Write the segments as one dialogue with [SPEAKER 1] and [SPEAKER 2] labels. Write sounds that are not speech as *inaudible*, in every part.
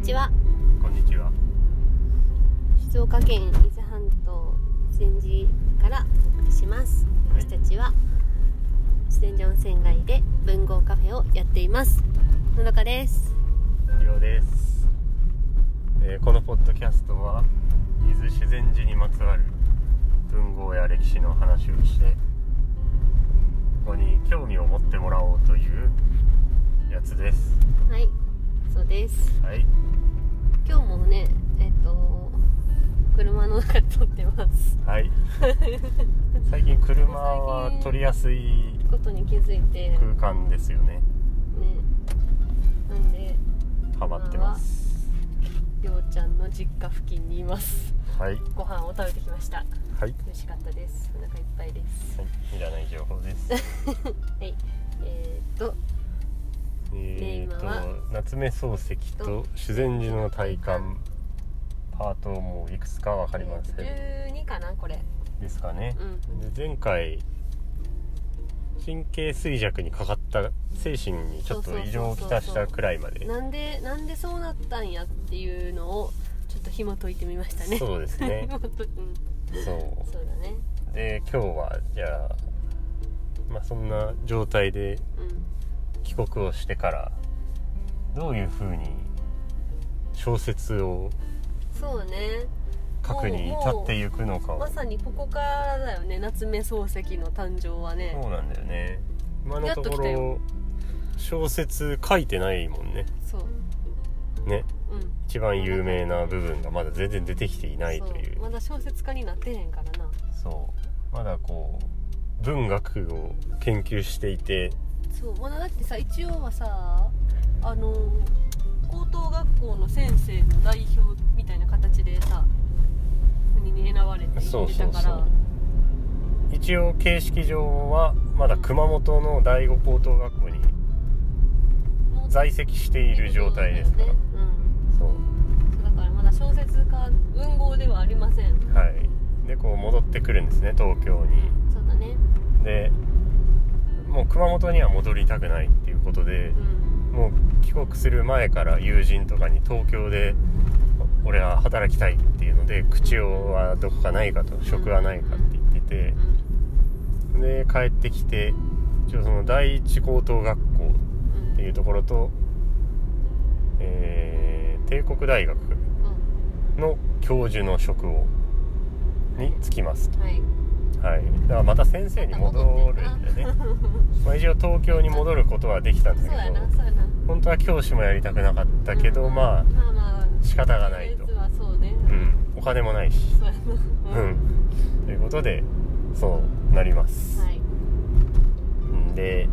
[SPEAKER 1] ちは
[SPEAKER 2] こんにちは。
[SPEAKER 1] 静岡県伊豆半島千寺からお送りします
[SPEAKER 2] はい
[SPEAKER 1] 私たちは自然寺温泉街で文豪カフェをやっていますのどかです
[SPEAKER 2] りょうです、えーこのポッドキャストは伊豆修善寺にまつわる文豪や歴史の話をしてここに興味を持ってもらおうというやつです
[SPEAKER 1] はいそうです
[SPEAKER 2] はい
[SPEAKER 1] 今日もねえっと車の中で撮ってます
[SPEAKER 2] *laughs* はい最近車は撮りやすい
[SPEAKER 1] ことに気づいてね
[SPEAKER 2] 空間ですよね
[SPEAKER 1] なんで
[SPEAKER 2] ハマってます
[SPEAKER 1] りょうちゃんの実家付近にいます
[SPEAKER 2] はい
[SPEAKER 1] ご飯を食べてきました
[SPEAKER 2] はい
[SPEAKER 1] 美味しかったですお腹いっぱいです
[SPEAKER 2] はいいらない情報です
[SPEAKER 1] はいえー、っと
[SPEAKER 2] えー
[SPEAKER 1] 今は
[SPEAKER 2] と夏目漱石と修善寺の体感パートもういくつか分かりません
[SPEAKER 1] えーと12かなこれ
[SPEAKER 2] ですかね
[SPEAKER 1] う、ん
[SPEAKER 2] で前回神経衰弱にかかった精神にちょっと異常をきたしたくらいまで
[SPEAKER 1] なんでなんでそうなったんやっていうのをちょっと紐解いてみましたね
[SPEAKER 2] そうですね
[SPEAKER 1] *laughs* 紐解いうん
[SPEAKER 2] そ
[SPEAKER 1] そうだね
[SPEAKER 2] うで今日はじゃあまあそんな状態で
[SPEAKER 1] うん
[SPEAKER 2] 帰国をしてからどういうふうに小説を
[SPEAKER 1] そうね
[SPEAKER 2] 書くに至っていくのかを
[SPEAKER 1] まさにここからだよね夏目漱石の誕生はね
[SPEAKER 2] そうなんだよね今のと
[SPEAKER 1] やっと
[SPEAKER 2] こ
[SPEAKER 1] 来たよ
[SPEAKER 2] ろ小説書いてないもんね
[SPEAKER 1] そう
[SPEAKER 2] ね
[SPEAKER 1] うん
[SPEAKER 2] 一番有名な部分がまだ全然出てきていないという
[SPEAKER 1] そまだ小説家になってへんからな
[SPEAKER 2] そうまだこう文学を研究していて
[SPEAKER 1] そうまだだってさ一応はさあの高等学校の先生の代表みたいな形でさ国に選ばれて
[SPEAKER 2] そ
[SPEAKER 1] 行っ
[SPEAKER 2] う
[SPEAKER 1] て
[SPEAKER 2] そ
[SPEAKER 1] た
[SPEAKER 2] う
[SPEAKER 1] か
[SPEAKER 2] そ
[SPEAKER 1] ら
[SPEAKER 2] う一応形式上はまだ熊本の第五高等学校に
[SPEAKER 1] もう
[SPEAKER 2] 在籍している状態ですから
[SPEAKER 1] そうだよね
[SPEAKER 2] そう
[SPEAKER 1] うんそうだからまだ小説家文豪ではありません、うん、
[SPEAKER 2] はいでこう戻ってくるんですね東京に
[SPEAKER 1] そうだね
[SPEAKER 2] でもう熊本には戻りたくないっていうことで
[SPEAKER 1] うん
[SPEAKER 2] もう帰国する前から友人とかに東京で俺は働きたいっていうので口をはどこかないかと職はないかって言ってて
[SPEAKER 1] うん
[SPEAKER 2] で帰ってきて一応その第一高等学校
[SPEAKER 1] うん
[SPEAKER 2] っていうところと、えー帝国大学の教授の職をに就きます
[SPEAKER 1] うんはい
[SPEAKER 2] と、はい、だからまた先生に戻るんで
[SPEAKER 1] *laughs*
[SPEAKER 2] ね、まあ、一応東京に戻ることはできたん
[SPEAKER 1] そう
[SPEAKER 2] だけ
[SPEAKER 1] やな
[SPEAKER 2] ど
[SPEAKER 1] そうやな
[SPEAKER 2] 本当は教師もやりたくなかったけど、
[SPEAKER 1] うん
[SPEAKER 2] まあ
[SPEAKER 1] まあまあ
[SPEAKER 2] 仕方がないと
[SPEAKER 1] 実はそうね、
[SPEAKER 2] うん、お金もないし、
[SPEAKER 1] そうやな
[SPEAKER 2] う、ん、ということでそうなります、
[SPEAKER 1] はい
[SPEAKER 2] んで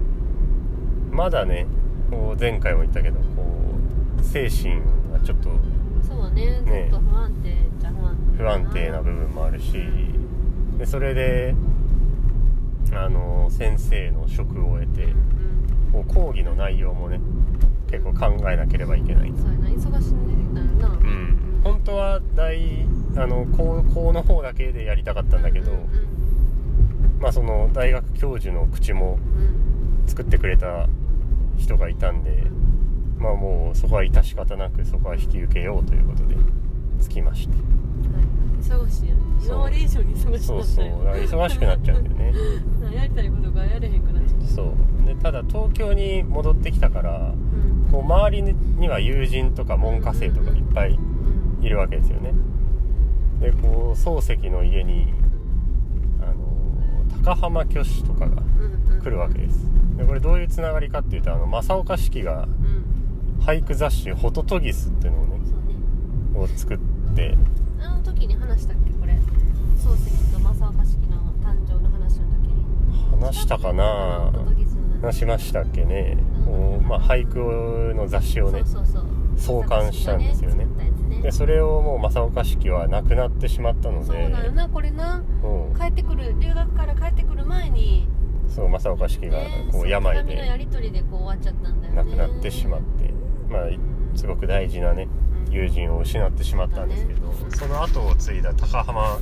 [SPEAKER 2] まだねこう前回も言ったけどこう精神がちょっと
[SPEAKER 1] そうね
[SPEAKER 2] ね
[SPEAKER 1] ずっと不安定じゃ不安定
[SPEAKER 2] 不安定な部分もあるしでそれであの先生の職を
[SPEAKER 1] う
[SPEAKER 2] 得
[SPEAKER 1] ん
[SPEAKER 2] てこう講義の内容もね結構考えなければいけない
[SPEAKER 1] うん、そうやな忙しいなるな
[SPEAKER 2] う、ん本当は大あの高校の方だけでやりたかったんだけど、
[SPEAKER 1] うん
[SPEAKER 2] まあ、その大学教授の口も
[SPEAKER 1] うんうん
[SPEAKER 2] 作ってくれた人がいたんで、まあ、もうそこは致し方なくそこは引き受けようということで着きました
[SPEAKER 1] はい忙しいやん
[SPEAKER 2] そう
[SPEAKER 1] 今まで以上に忙し
[SPEAKER 2] そう
[SPEAKER 1] く
[SPEAKER 2] そう
[SPEAKER 1] なったよ
[SPEAKER 2] 忙しくなっちゃうんだよね
[SPEAKER 1] *laughs* やりたいことがやれへんくなっちゃう
[SPEAKER 2] そうでただ東京に戻ってきたから
[SPEAKER 1] うん
[SPEAKER 2] こう周りには友人とか門下生とかいっぱい
[SPEAKER 1] うん
[SPEAKER 2] いるわけですよねでこう漱石の家にあの高浜虚子とかが
[SPEAKER 1] うんうん
[SPEAKER 2] 来るわけですでこれどういうつながりかっていうとあの正岡子規が
[SPEAKER 1] うん
[SPEAKER 2] 俳句雑誌「ホトトギス」っていうのをね
[SPEAKER 1] そうね
[SPEAKER 2] を作って
[SPEAKER 1] あの時に話したっけこれ漱石と正岡式の誕生の話の時に
[SPEAKER 2] 話したかな
[SPEAKER 1] ポトギスの
[SPEAKER 2] 話
[SPEAKER 1] 話
[SPEAKER 2] しましたっけね、こうまあ、俳句の雑誌をね
[SPEAKER 1] そうそうそう
[SPEAKER 2] 創刊したんですよね
[SPEAKER 1] 正岡子規がね作ったやつね
[SPEAKER 2] でそれをもう正岡子規はなくなってしまったの
[SPEAKER 1] そう
[SPEAKER 2] で
[SPEAKER 1] なのなこれな
[SPEAKER 2] うん
[SPEAKER 1] 帰ってくる留学から帰ってくる前に、
[SPEAKER 2] そう正岡子規が
[SPEAKER 1] ね、
[SPEAKER 2] こう病
[SPEAKER 1] 手紙のや
[SPEAKER 2] で
[SPEAKER 1] り取りでこう終わっちゃったんだよね
[SPEAKER 2] 亡くなってしまって、まあ、いすごく大事なね友人を失ってしまったんですけどその後を継いだ高浜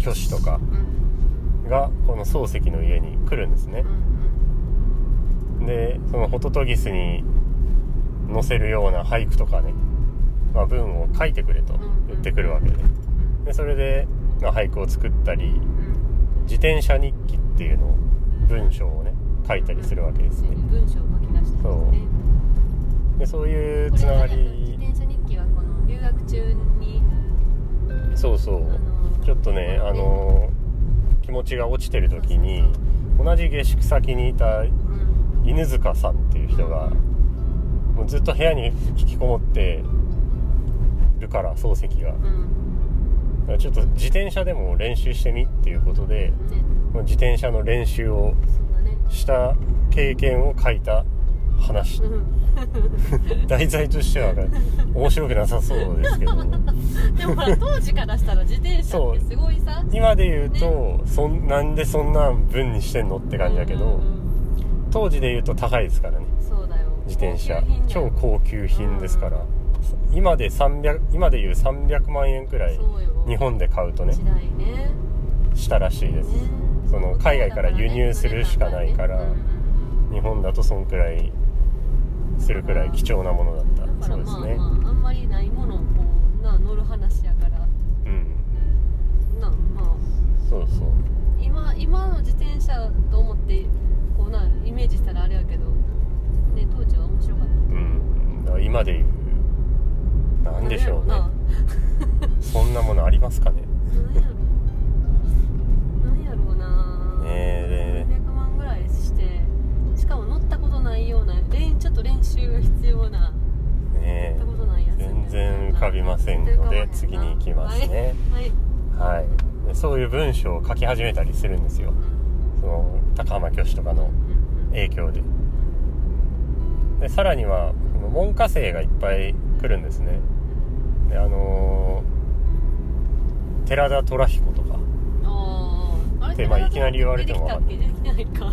[SPEAKER 2] 虚子とか
[SPEAKER 1] うんうん
[SPEAKER 2] がこの漱石の家に来るんですね
[SPEAKER 1] う、ん
[SPEAKER 2] でそのホトトギスに載せるような俳句とかねまあ、文を書いてくれと
[SPEAKER 1] うん
[SPEAKER 2] 言ってくるわけででそれで、まあ、俳句を作ったり
[SPEAKER 1] うん
[SPEAKER 2] 自転車日記っていうのを文章をね書いたりするわけですね
[SPEAKER 1] 文章を書き出したんですね
[SPEAKER 2] でそういう
[SPEAKER 1] こ
[SPEAKER 2] つ
[SPEAKER 1] れ
[SPEAKER 2] なが
[SPEAKER 1] はね
[SPEAKER 2] り
[SPEAKER 1] 自転車日記はこの留学中に
[SPEAKER 2] そうそ
[SPEAKER 1] あ
[SPEAKER 2] う
[SPEAKER 1] の
[SPEAKER 2] ちょっとねあの気持ちが落ちてる時に
[SPEAKER 1] そうそう
[SPEAKER 2] 同じ下宿先にいた
[SPEAKER 1] そううん
[SPEAKER 2] 犬塚さんっていう人がもうずっと部屋に引きこもってるから漱石がだ
[SPEAKER 1] うん
[SPEAKER 2] からちょっと自転車でも練習してみっていうことで
[SPEAKER 1] ね
[SPEAKER 2] まあ自転車の練習
[SPEAKER 1] そ
[SPEAKER 2] を
[SPEAKER 1] うだね *laughs*
[SPEAKER 2] した経験を書いた話
[SPEAKER 1] う
[SPEAKER 2] 題材としては面白くなさそうで
[SPEAKER 1] *laughs*
[SPEAKER 2] すけど
[SPEAKER 1] んでもほら当時からしたら自転車ってすごいさ
[SPEAKER 2] 今で言うとそんなんでそんなん文にしてんのって感じだけ
[SPEAKER 1] うんう
[SPEAKER 2] ど
[SPEAKER 1] ん
[SPEAKER 2] 当時で言うと高いですからね
[SPEAKER 1] うんそうだよ
[SPEAKER 2] 自転
[SPEAKER 1] 高
[SPEAKER 2] 車
[SPEAKER 1] 級品だよ
[SPEAKER 2] 超高級品ですから今で300今で言う300万円くらい
[SPEAKER 1] そうよ
[SPEAKER 2] 日本で買うとね
[SPEAKER 1] 時代ね
[SPEAKER 2] したらしいです
[SPEAKER 1] ね
[SPEAKER 2] その海外から輸入するしかないから
[SPEAKER 1] うんうん
[SPEAKER 2] 日本だとそんくらいするくらい貴重なものだ
[SPEAKER 1] だ
[SPEAKER 2] った
[SPEAKER 1] か
[SPEAKER 2] そ
[SPEAKER 1] ら
[SPEAKER 2] うです
[SPEAKER 1] まあ
[SPEAKER 2] ね
[SPEAKER 1] まああんまりないものをこうな乗る話やから
[SPEAKER 2] うん
[SPEAKER 1] なまあ
[SPEAKER 2] そうそう
[SPEAKER 1] 今今の自転車と思ってこうなイメージしたらあれやけど、ね、当時は面白かっ
[SPEAKER 2] うんだから今で言う
[SPEAKER 1] た
[SPEAKER 2] なんでしょうね
[SPEAKER 1] なんや
[SPEAKER 2] そんなものありますかね
[SPEAKER 1] ろうななんやろうな、
[SPEAKER 2] ねえ
[SPEAKER 1] 300万ぐらいしてしかも乗ったことないような練ちょっと練習が必要な乗
[SPEAKER 2] ね
[SPEAKER 1] ったことないやつ
[SPEAKER 2] 全然浮かびませんので次に行きますね
[SPEAKER 1] はい、はい
[SPEAKER 2] はいでそういう文章を書き始めたりするんですよその高浜教師とかの影響ででさらにはその文科生がいっぱい来るんですねであのー寺田虎彦とか
[SPEAKER 1] あーあれ
[SPEAKER 2] でまあいきなり言われても
[SPEAKER 1] 出てきたっけ出てきてな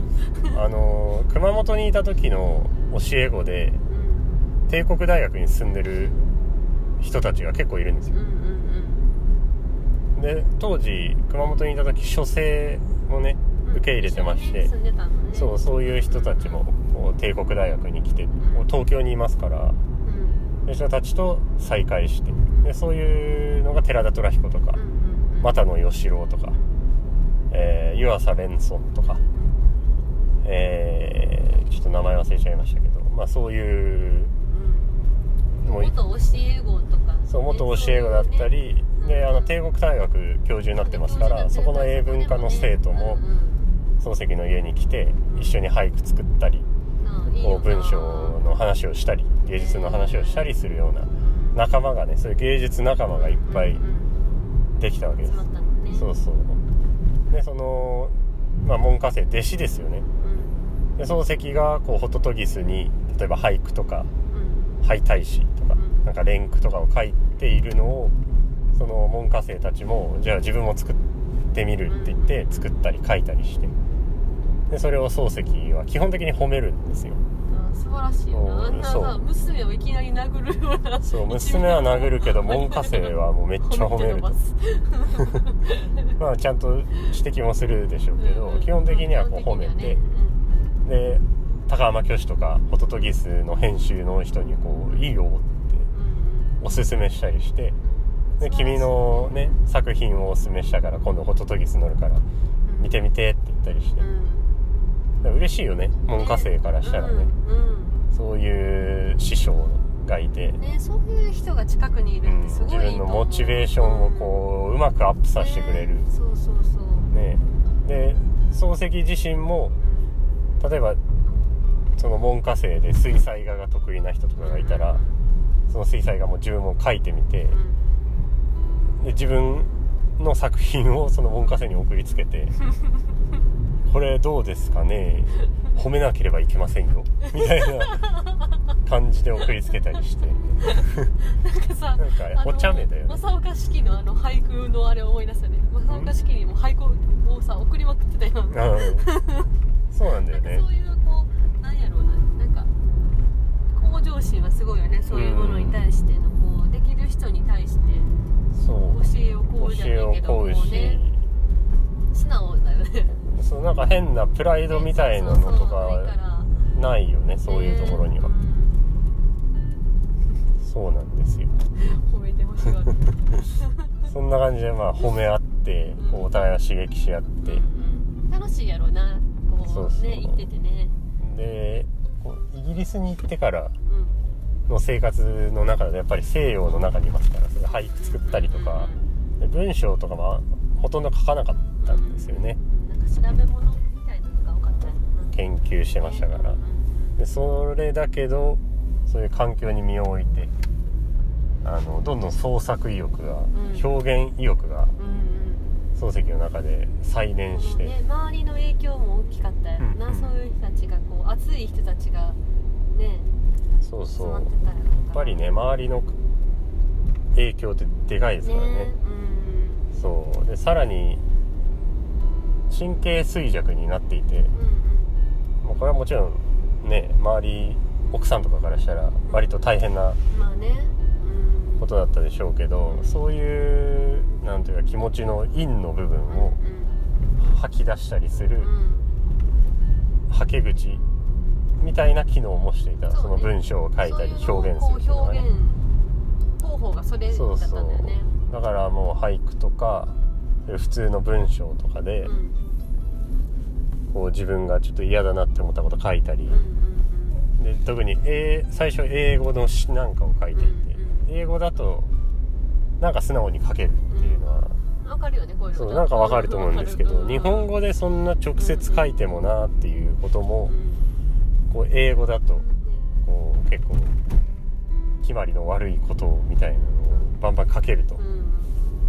[SPEAKER 1] いか、
[SPEAKER 2] あのー熊本にいた時の教え子で
[SPEAKER 1] うん、
[SPEAKER 2] 帝国大学に住んでる人たちが結構いるんです
[SPEAKER 1] うん
[SPEAKER 2] よ
[SPEAKER 1] うんうん
[SPEAKER 2] で当時熊本にいた時書生もね
[SPEAKER 1] うん
[SPEAKER 2] 受け入れてまして、
[SPEAKER 1] 一緒にね住んでたのね
[SPEAKER 2] そうそういう人たちもこう帝国大学に来てもう東京にいますから
[SPEAKER 1] うん
[SPEAKER 2] そういう人たちと再会してでそういうのが寺田虎彦とか
[SPEAKER 1] うんうんうん
[SPEAKER 2] 又野義郎とか、えー湯浅蓮尊とか、えーちょっと名前忘れちゃいましたけど、まあ、そういうもう
[SPEAKER 1] 元教え子とか、
[SPEAKER 2] そう元教え子だったり、であの帝国大学教授になってますからそこの英文科の生徒も漱石の家に来て一緒に俳句作ったりこう文章の話をしたり芸術の話をしたりするような仲間がねそういう芸術仲間がいっぱいできたわけです。そうそうでその、まあ、文科生弟子ですよねで漱石がこうホトトギスに例えば俳句とか敗退詩とか
[SPEAKER 1] うん
[SPEAKER 2] なんか連句とかを書いているのをその文科生たちもじゃあ自分も作ってみるって言って作ったり書いたりしてでそれを漱石は基本的に褒めるんですよ
[SPEAKER 1] 素晴らしいなあんなさ娘をいきなり殴るような *laughs*
[SPEAKER 2] そう娘は殴るけど文科生はもうめっちゃ褒めるとまあちゃんと指摘もするでしょうけど基本的にはこう褒めてで高浜虚子とかホトトギスの編集の人にこういいよっておすすめしたりしてで君のね作品をおすすめしたから今度ホトトギス乗るから見てみてって言ったりしてで嬉しいよね文科生からしたらねそういう師匠がいて、
[SPEAKER 1] ね、そういう人が近くにいうるっ
[SPEAKER 2] ん、
[SPEAKER 1] てす
[SPEAKER 2] 自
[SPEAKER 1] ごいいい
[SPEAKER 2] 分
[SPEAKER 1] と
[SPEAKER 2] の
[SPEAKER 1] 思う
[SPEAKER 2] モチベーションをこううまくアップさせてくれる
[SPEAKER 1] ね、そうそうそう、
[SPEAKER 2] ね、で漱石自身も例えばその文科生で水彩画が得意な人とかがいたらその水彩画も自分も描いてみて
[SPEAKER 1] うん
[SPEAKER 2] で自分の作品を *laughs* その文科生に送りつ
[SPEAKER 1] *laughs*
[SPEAKER 2] けて「これどうですかね褒めなければいけません
[SPEAKER 1] *laughs*
[SPEAKER 2] よ」みたいな感じで送りつけたりして
[SPEAKER 1] なんかさ
[SPEAKER 2] なんかお茶目だよね
[SPEAKER 1] 正岡式のあの俳句のあれを思い出したね正岡式にも俳句をさ送りまくってたよ
[SPEAKER 2] あーそうなんだよ
[SPEAKER 1] なんか
[SPEAKER 2] ね
[SPEAKER 1] そういうこうなんやろうななんか向上心はすごいよねそういうものに対してのこうできる人に対して
[SPEAKER 2] そう
[SPEAKER 1] 教えをこうじ
[SPEAKER 2] 教
[SPEAKER 1] ゃ
[SPEAKER 2] え
[SPEAKER 1] ない
[SPEAKER 2] を
[SPEAKER 1] けど
[SPEAKER 2] 請う
[SPEAKER 1] こう
[SPEAKER 2] し
[SPEAKER 1] ね素直だよね
[SPEAKER 2] そうなんか変なプライドみたいなのと
[SPEAKER 1] そうそうそうない
[SPEAKER 2] か
[SPEAKER 1] ら
[SPEAKER 2] ないよねそういうところには
[SPEAKER 1] ねうん
[SPEAKER 2] そそうなんですよ
[SPEAKER 1] 褒めてほしが
[SPEAKER 2] *laughs*
[SPEAKER 1] る
[SPEAKER 2] そんな感じでまあ褒め合って
[SPEAKER 1] うん
[SPEAKER 2] こうお互いを刺激し合って
[SPEAKER 1] うんうん楽しいやろうなこうね
[SPEAKER 2] そうそう
[SPEAKER 1] 行っててね
[SPEAKER 2] でこうイギリスに行ってから
[SPEAKER 1] うん
[SPEAKER 2] の生活の中でやっぱり西洋の中にいますからそれ俳句作ったりとかで文章とかはほとんど書かなかったんですよね
[SPEAKER 1] うんうんうんなんか調べ物みたいなのが多かったよな
[SPEAKER 2] 研究してましたから
[SPEAKER 1] うんうん
[SPEAKER 2] でそれだけどそういう環境に身を置いてあのどんどん創作意欲が、
[SPEAKER 1] うん
[SPEAKER 2] 表現意欲が
[SPEAKER 1] うん
[SPEAKER 2] 漱石の中で再
[SPEAKER 1] うん
[SPEAKER 2] 燃して、
[SPEAKER 1] ね周りの影響も大きかったよな、
[SPEAKER 2] うんうん
[SPEAKER 1] そういう人たちがこう熱い人たちがね
[SPEAKER 2] そう
[SPEAKER 1] 集
[SPEAKER 2] そう
[SPEAKER 1] ま
[SPEAKER 2] や
[SPEAKER 1] ってたや
[SPEAKER 2] っぱりね周りの影響ってでかいですからね
[SPEAKER 1] ねうん
[SPEAKER 2] そうでさらに神経衰弱になっていて
[SPEAKER 1] うんうん
[SPEAKER 2] もうこれはもちろんね周り奥さんとかからしたら割と大変な
[SPEAKER 1] まあねうん
[SPEAKER 2] ことだったでしょうけどそういうなんていうか気持ちの陰の部分を吐き出したりする
[SPEAKER 1] うんうん
[SPEAKER 2] 吐け口みたいな機能もしていた
[SPEAKER 1] そうね
[SPEAKER 2] その文章を書いたり
[SPEAKER 1] そう
[SPEAKER 2] 表
[SPEAKER 1] いう
[SPEAKER 2] 現
[SPEAKER 1] のを
[SPEAKER 2] するっていう
[SPEAKER 1] こう表現
[SPEAKER 2] のがね
[SPEAKER 1] 方法がそれだ
[SPEAKER 2] そう
[SPEAKER 1] ったんだ
[SPEAKER 2] そ
[SPEAKER 1] よね
[SPEAKER 2] うだからもう俳句とか普通の文章とかで
[SPEAKER 1] うんうん
[SPEAKER 2] こう自分がちょっと嫌だなって思ったこと書いたり
[SPEAKER 1] うんうん
[SPEAKER 2] で特に英最初英語の詩なんかを書いていて
[SPEAKER 1] うん
[SPEAKER 2] 英語だとなんか素直に書けるっていうのは
[SPEAKER 1] うんわかるよねこういうの
[SPEAKER 2] そうなんかわかると思うんですけど日本語でそんな直接書いてもなっていうこともこう英語だとこう結構決まりの悪いことみたいなのをバンバン書けると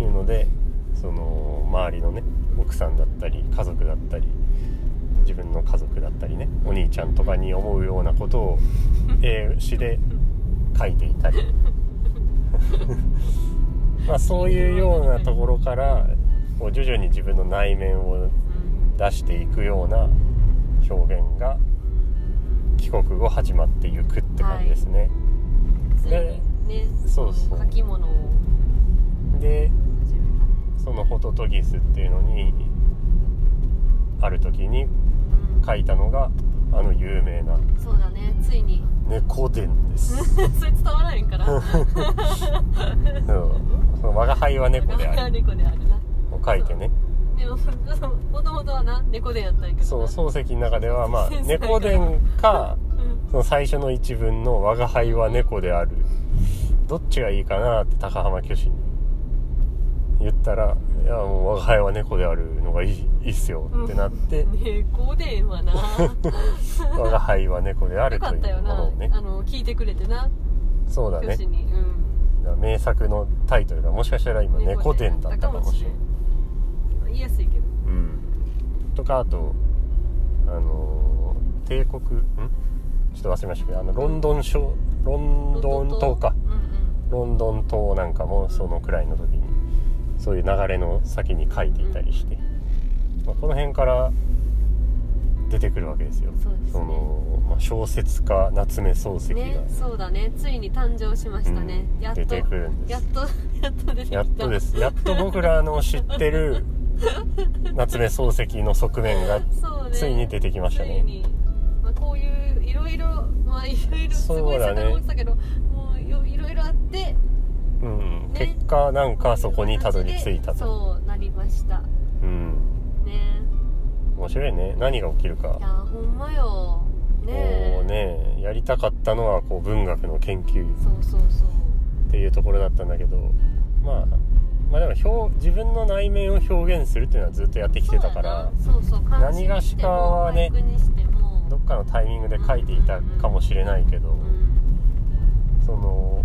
[SPEAKER 2] いうのでその周りのね奥さんだったり家族だったり自分の家族だったりねお兄ちゃんとかに思うようなことを英詩で書いていたりまあそういうようなところからこう徐々に自分の内面を出していくような表現が帰国後始まっていくって感じですね。
[SPEAKER 1] ついにね
[SPEAKER 2] そうそう
[SPEAKER 1] 書き物を
[SPEAKER 2] で
[SPEAKER 1] 始めたね
[SPEAKER 2] そのホトトギスっていうのにある時に
[SPEAKER 1] うん
[SPEAKER 2] 書いたのがあの有名な
[SPEAKER 1] そうだねつい
[SPEAKER 2] *laughs*
[SPEAKER 1] に
[SPEAKER 2] 「猫伝」
[SPEAKER 1] *laughs*
[SPEAKER 2] です。
[SPEAKER 1] それ伝わらへんから
[SPEAKER 2] そうその我が輩は猫である
[SPEAKER 1] 猫であるな
[SPEAKER 2] を書いてね
[SPEAKER 1] でももともとはな猫でやったんやけど
[SPEAKER 2] そう
[SPEAKER 1] な
[SPEAKER 2] 漱石の中ではまあ
[SPEAKER 1] 繊細だ
[SPEAKER 2] 猫伝か
[SPEAKER 1] うん
[SPEAKER 2] その最初の一文の「我が輩は猫である」どっちがいいかなって高浜虚子に言ったら「いやもう我が輩は猫であるのがいいいいっすよ」ってなって
[SPEAKER 1] 猫ではな
[SPEAKER 2] 「我が輩は猫である」
[SPEAKER 1] よか
[SPEAKER 2] とい
[SPEAKER 1] ったよ
[SPEAKER 2] うも
[SPEAKER 1] な
[SPEAKER 2] のをね
[SPEAKER 1] あの聞いてくれてな
[SPEAKER 2] そうだ
[SPEAKER 1] 教
[SPEAKER 2] ね
[SPEAKER 1] 師に、う
[SPEAKER 2] だから名作のタイトルがもしかしたら今
[SPEAKER 1] ん、
[SPEAKER 2] 猫伝だったかもしれない
[SPEAKER 1] ん言いやすいけど
[SPEAKER 2] うん、とかあとあのー帝国んちょっと忘れましたけどあのロンドン小ロンドン島か
[SPEAKER 1] うんうん
[SPEAKER 2] ロンドン島なんかもそのくらいの時にそういう流れの先に書いていたりして、まあ、この辺から出てくるわけですよ
[SPEAKER 1] そうですね
[SPEAKER 2] の、まあ、小説家夏目漱石が、
[SPEAKER 1] ねそうだねついに誕生しましたね、
[SPEAKER 2] うん
[SPEAKER 1] やっと
[SPEAKER 2] 出てくるんで
[SPEAKER 1] やっ
[SPEAKER 2] す
[SPEAKER 1] と *laughs* やっと出てきた
[SPEAKER 2] やっとですやっと僕らの知っ
[SPEAKER 1] *laughs*
[SPEAKER 2] てる夏目漱石の側面が
[SPEAKER 1] そうね
[SPEAKER 2] ついに出てきましたね
[SPEAKER 1] ついに、まあ、こういういろいろまあいろいろすご
[SPEAKER 2] そ
[SPEAKER 1] いう
[SPEAKER 2] だ
[SPEAKER 1] 世
[SPEAKER 2] ね
[SPEAKER 1] 界も落ちたけど、もうよいろいろあって
[SPEAKER 2] うん、
[SPEAKER 1] ね
[SPEAKER 2] 結果なんかそこにたどり着いたと
[SPEAKER 1] そうなりました
[SPEAKER 2] うん
[SPEAKER 1] ね
[SPEAKER 2] 面白いね何が起きるか
[SPEAKER 1] いやほんまよねえ
[SPEAKER 2] こうねやりたかったのはこう文学の研究
[SPEAKER 1] そうそうそう
[SPEAKER 2] っていうところだったんだけどまあまあでも表自分の内面を表現するっていうのはずっとやってきてたから
[SPEAKER 1] そうそうそう
[SPEAKER 2] 何がしかはね
[SPEAKER 1] 監視にしても
[SPEAKER 2] どっかのタイミングで書いていたかもしれないけど
[SPEAKER 1] うん
[SPEAKER 2] その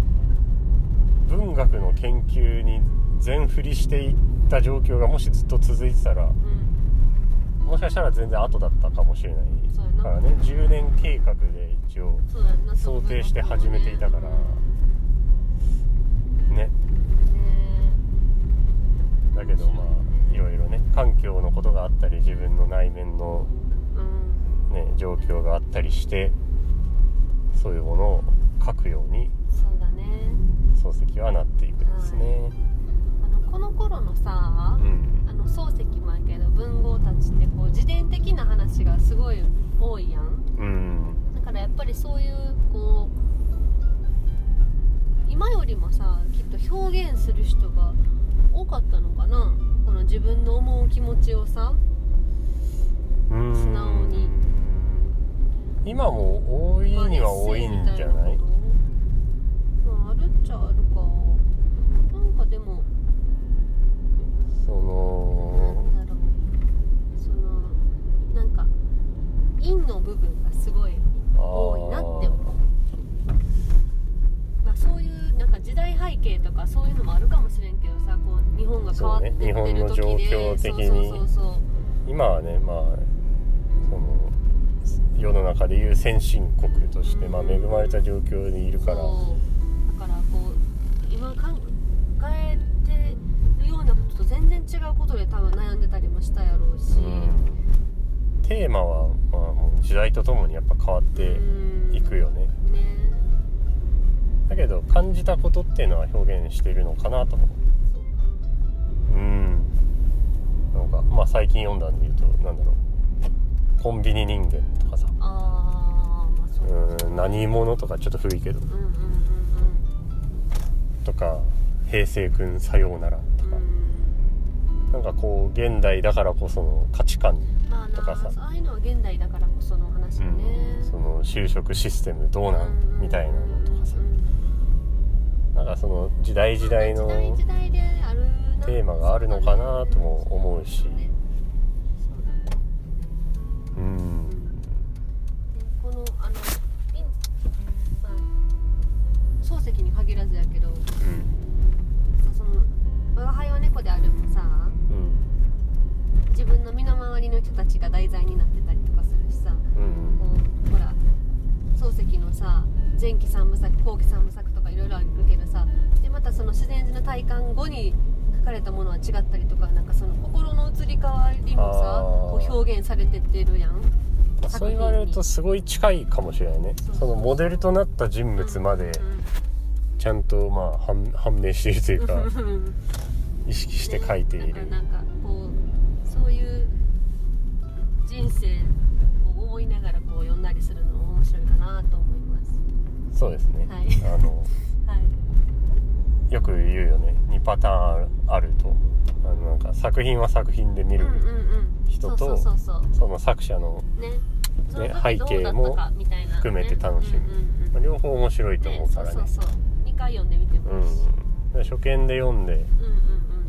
[SPEAKER 2] 文学の研究に全振りしていった状況がもしずっと続いてたら
[SPEAKER 1] うん
[SPEAKER 2] もしかしたら全然後だったかもしれない
[SPEAKER 1] そうやな
[SPEAKER 2] からね10年計画で一応
[SPEAKER 1] そうだな
[SPEAKER 2] 想定して始めていたからねだけどまあいろいろね環境のことがあったり自分の内面の、
[SPEAKER 1] うん
[SPEAKER 2] ね、状況があったりしてそういうものを書くように
[SPEAKER 1] そうだね
[SPEAKER 2] 漱石はなっていくんですね。
[SPEAKER 1] あのこの頃のさ
[SPEAKER 2] うん
[SPEAKER 1] あの漱石もやけど文豪たちってこう自伝的な話がすごい多いやん
[SPEAKER 2] うん
[SPEAKER 1] だからやっぱりそういうこう今よりもさきっと表現する人が多かったのかなこの自分の思う気持ちをさ
[SPEAKER 2] うん
[SPEAKER 1] 素直に
[SPEAKER 2] 今も多いには多いんじゃない
[SPEAKER 1] まあ、あるっちゃあるかなんかでも
[SPEAKER 2] その
[SPEAKER 1] なんだろうそのなんか陰の部分がすごい、多いなって思まあ、そういうなんか時代背景とかそういうのもあるかもしれんけどさこう日本が変わってってる
[SPEAKER 2] そうね日本
[SPEAKER 1] 時
[SPEAKER 2] の状
[SPEAKER 1] で、
[SPEAKER 2] 況的に
[SPEAKER 1] そうそうそうそう
[SPEAKER 2] 今はねまあその世の中でいう先進国として、まあ、恵まれた状況にいるから
[SPEAKER 1] そうだからこう今考えてるようなことと全然違うことで多分悩んでたりもしたやろうし、
[SPEAKER 2] うんテーマは、まあ、もう時代とともにやっぱ変わっていくよね、
[SPEAKER 1] ね
[SPEAKER 2] だけど感じたことっていうのは表現してるのかなと思
[SPEAKER 1] そう
[SPEAKER 2] ううんなんかまあ最近読んだんで言うとなんだろうコンビニ人間とかさ
[SPEAKER 1] あーまあそうううん
[SPEAKER 2] ーん何者とかちょっと古いけど
[SPEAKER 1] うんうん
[SPEAKER 2] とか平成くんさようならと
[SPEAKER 1] うん
[SPEAKER 2] か
[SPEAKER 1] う、ん
[SPEAKER 2] なんかこう現代だからこその価値観
[SPEAKER 1] まあ
[SPEAKER 2] とかさ
[SPEAKER 1] なああいうのは現代だからこその話よね、
[SPEAKER 2] その就職システムどうなんみたいなのとかさ
[SPEAKER 1] うんうん
[SPEAKER 2] なんかその時代時代
[SPEAKER 1] 時
[SPEAKER 2] の
[SPEAKER 1] 代時代であるな
[SPEAKER 2] テーマがあるのかなとも思うし
[SPEAKER 1] そうねそうだね
[SPEAKER 2] うん
[SPEAKER 1] このあのピンまあ漱石に限らずやけどさその「我が輩は猫である」もさ
[SPEAKER 2] うん
[SPEAKER 1] 自分の身の回りの人たちが題材になってたりとかするしさ
[SPEAKER 2] うんうん
[SPEAKER 1] こうほら漱石のさ前期三部作後期三部作とかいろいろあるけどさでまたその自然寺の体感後に書かれたものは違ったりとかなんかその心の移り変わりもさ
[SPEAKER 2] あー
[SPEAKER 1] こう表現されてってるやん。
[SPEAKER 2] まあそう言われるとすごい近いかもしれないね
[SPEAKER 1] そう
[SPEAKER 2] そのモデルとなった人物までちゃんとまあ判判明していると
[SPEAKER 1] *laughs*
[SPEAKER 2] いうか
[SPEAKER 1] うんうん
[SPEAKER 2] 意識して書いている
[SPEAKER 1] ね、だからなんかこうそういう人生を思いながらこう読んだりするのも面白いかなと思います
[SPEAKER 2] そうですね
[SPEAKER 1] はい
[SPEAKER 2] あの
[SPEAKER 1] はい
[SPEAKER 2] よく言うよね2パターンあるあるとあのなんか作品は作品で見る、
[SPEAKER 1] うんうんうん
[SPEAKER 2] 人と
[SPEAKER 1] そうそうそうそ
[SPEAKER 2] その作者の
[SPEAKER 1] うねその
[SPEAKER 2] ね
[SPEAKER 1] 時どうだったかみたいなね
[SPEAKER 2] 含めて楽しむ
[SPEAKER 1] うんうん
[SPEAKER 2] ま
[SPEAKER 1] う
[SPEAKER 2] あ
[SPEAKER 1] ん
[SPEAKER 2] 両方面白いと
[SPEAKER 1] ね
[SPEAKER 2] 思うか
[SPEAKER 1] そう
[SPEAKER 2] ら
[SPEAKER 1] そ
[SPEAKER 2] ね
[SPEAKER 1] うそう2回読んでみても
[SPEAKER 2] う
[SPEAKER 1] いいし、
[SPEAKER 2] ん初見で読んで
[SPEAKER 1] うん、うんうん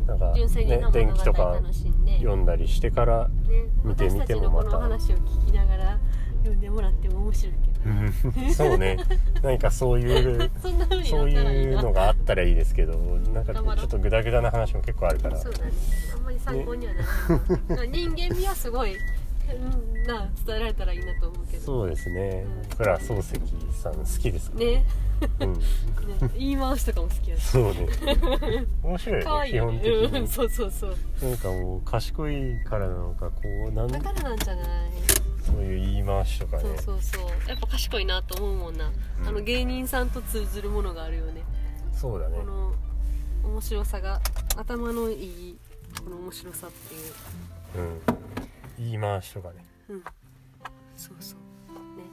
[SPEAKER 2] なんか
[SPEAKER 1] 純粋に
[SPEAKER 2] ね電気とか
[SPEAKER 1] 楽しんで、ね、
[SPEAKER 2] 読んだりし
[SPEAKER 1] *laughs*
[SPEAKER 2] てから見てみ
[SPEAKER 1] 私た
[SPEAKER 2] て
[SPEAKER 1] ち
[SPEAKER 2] も
[SPEAKER 1] の
[SPEAKER 2] ま
[SPEAKER 1] こ
[SPEAKER 2] た
[SPEAKER 1] の話を聞きながら読んでもらっても面白いけど *laughs*
[SPEAKER 2] うんそうね何かそういう
[SPEAKER 1] そんな風に
[SPEAKER 2] そう
[SPEAKER 1] なったらいい
[SPEAKER 2] い
[SPEAKER 1] な
[SPEAKER 2] うのがあったらいいですけどなんかち
[SPEAKER 1] 頑張ろう
[SPEAKER 2] ょっとグダグダな話も結構あるから
[SPEAKER 1] そうだねあんまり参考にはならない、人間味はすごいうんなあ伝えられたらいいなと思うけど
[SPEAKER 2] そうですね僕ら漱石さん好きですから、
[SPEAKER 1] ね
[SPEAKER 2] うん、
[SPEAKER 1] ね言い回しとかも好きやし
[SPEAKER 2] そうね面白い
[SPEAKER 1] 可
[SPEAKER 2] よ
[SPEAKER 1] 愛い
[SPEAKER 2] ね基
[SPEAKER 1] よ
[SPEAKER 2] 本
[SPEAKER 1] ね
[SPEAKER 2] 的に
[SPEAKER 1] うんそうそうそう
[SPEAKER 2] なんかもう賢いからなのかこうなん
[SPEAKER 1] だからなんじゃない、
[SPEAKER 2] そういう言い回しとかね
[SPEAKER 1] そうそうそうやっぱ賢いなと思うもんな、
[SPEAKER 2] うん
[SPEAKER 1] あの芸人さんと通ずるものがあるよね
[SPEAKER 2] そうだね
[SPEAKER 1] この面白さが頭のいいこの面白さっていう
[SPEAKER 2] うん言い回しとかね
[SPEAKER 1] うんそうそうね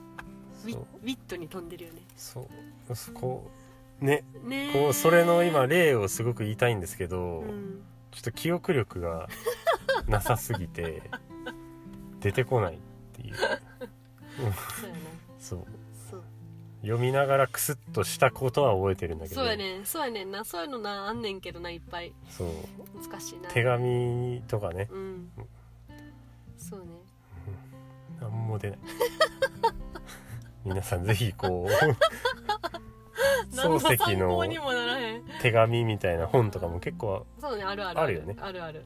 [SPEAKER 1] ウィ
[SPEAKER 2] そう
[SPEAKER 1] ウィットに飛んでるよね
[SPEAKER 2] そうそこね
[SPEAKER 1] ねえ
[SPEAKER 2] こうそれの今例をすごく言いたいんですけど、
[SPEAKER 1] うん
[SPEAKER 2] ちょっと記憶
[SPEAKER 1] *laughs*
[SPEAKER 2] 力がなさすぎて出てこないっていう
[SPEAKER 1] そうやね
[SPEAKER 2] そう
[SPEAKER 1] そう
[SPEAKER 2] 読みながらクスッとしたことは覚えてるんだけど
[SPEAKER 1] そうやねんそうやねんなそういうのなあんねんけどないっぱい
[SPEAKER 2] そう
[SPEAKER 1] 難しいな
[SPEAKER 2] 手紙とかね
[SPEAKER 1] うんそうね
[SPEAKER 2] なんも出ない *laughs* 皆さんぜひこう
[SPEAKER 1] *laughs* 何の参
[SPEAKER 2] 漱石の
[SPEAKER 1] 考にもならへん
[SPEAKER 2] 手紙みたいな本とかも結構
[SPEAKER 1] そうねあるある
[SPEAKER 2] あるよね
[SPEAKER 1] あるある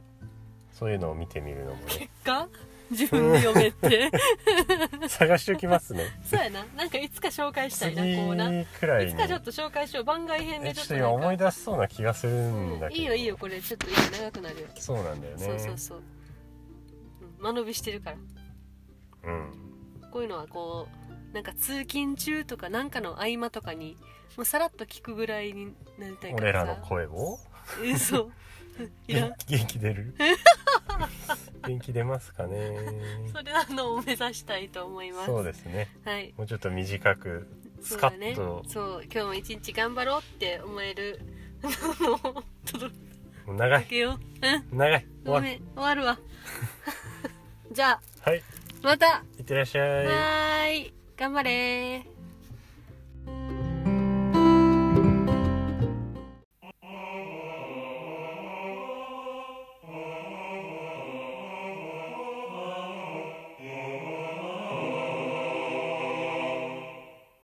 [SPEAKER 2] そういうのを見てみるのも
[SPEAKER 1] *laughs*
[SPEAKER 2] ね
[SPEAKER 1] か自分で読めって
[SPEAKER 2] *laughs* 探しておきますね
[SPEAKER 1] そうやななんかいつか紹介したい
[SPEAKER 2] 次
[SPEAKER 1] なこうない
[SPEAKER 2] くらいに
[SPEAKER 1] つかちょっと紹介しよう番外編
[SPEAKER 2] え
[SPEAKER 1] で
[SPEAKER 2] ち
[SPEAKER 1] ちょ
[SPEAKER 2] ょっ
[SPEAKER 1] っ
[SPEAKER 2] と
[SPEAKER 1] と
[SPEAKER 2] 今思
[SPEAKER 1] ないんか
[SPEAKER 2] 出しそうな気がするんだけど
[SPEAKER 1] いいよいいよこれちょっと今長くなるよ
[SPEAKER 2] そうなんだよね
[SPEAKER 1] そうそうそううん間延びしてるから
[SPEAKER 2] うん
[SPEAKER 1] こういうのはこうなんか通勤中とかなんかの合間とかにもうさらっと聞くぐらいになりたいか
[SPEAKER 2] 俺
[SPEAKER 1] ら
[SPEAKER 2] ら
[SPEAKER 1] さ
[SPEAKER 2] の声を
[SPEAKER 1] えそういらん
[SPEAKER 2] 元気元気
[SPEAKER 1] *laughs*
[SPEAKER 2] 出る元気出ますかね
[SPEAKER 1] それなのを目指したいと思います
[SPEAKER 2] そうですね
[SPEAKER 1] はい
[SPEAKER 2] もうちょっと短くスカッ
[SPEAKER 1] そうだね
[SPEAKER 2] と
[SPEAKER 1] そう今日も一日頑張ろうって思える届
[SPEAKER 2] もう長い
[SPEAKER 1] けよううん
[SPEAKER 2] 長い *laughs* 終
[SPEAKER 1] ご
[SPEAKER 2] わ
[SPEAKER 1] め
[SPEAKER 2] る
[SPEAKER 1] ん終わる
[SPEAKER 2] *laughs*
[SPEAKER 1] わじゃあ
[SPEAKER 2] はい
[SPEAKER 1] また
[SPEAKER 2] いってらっしゃい
[SPEAKER 1] はーい頑張れー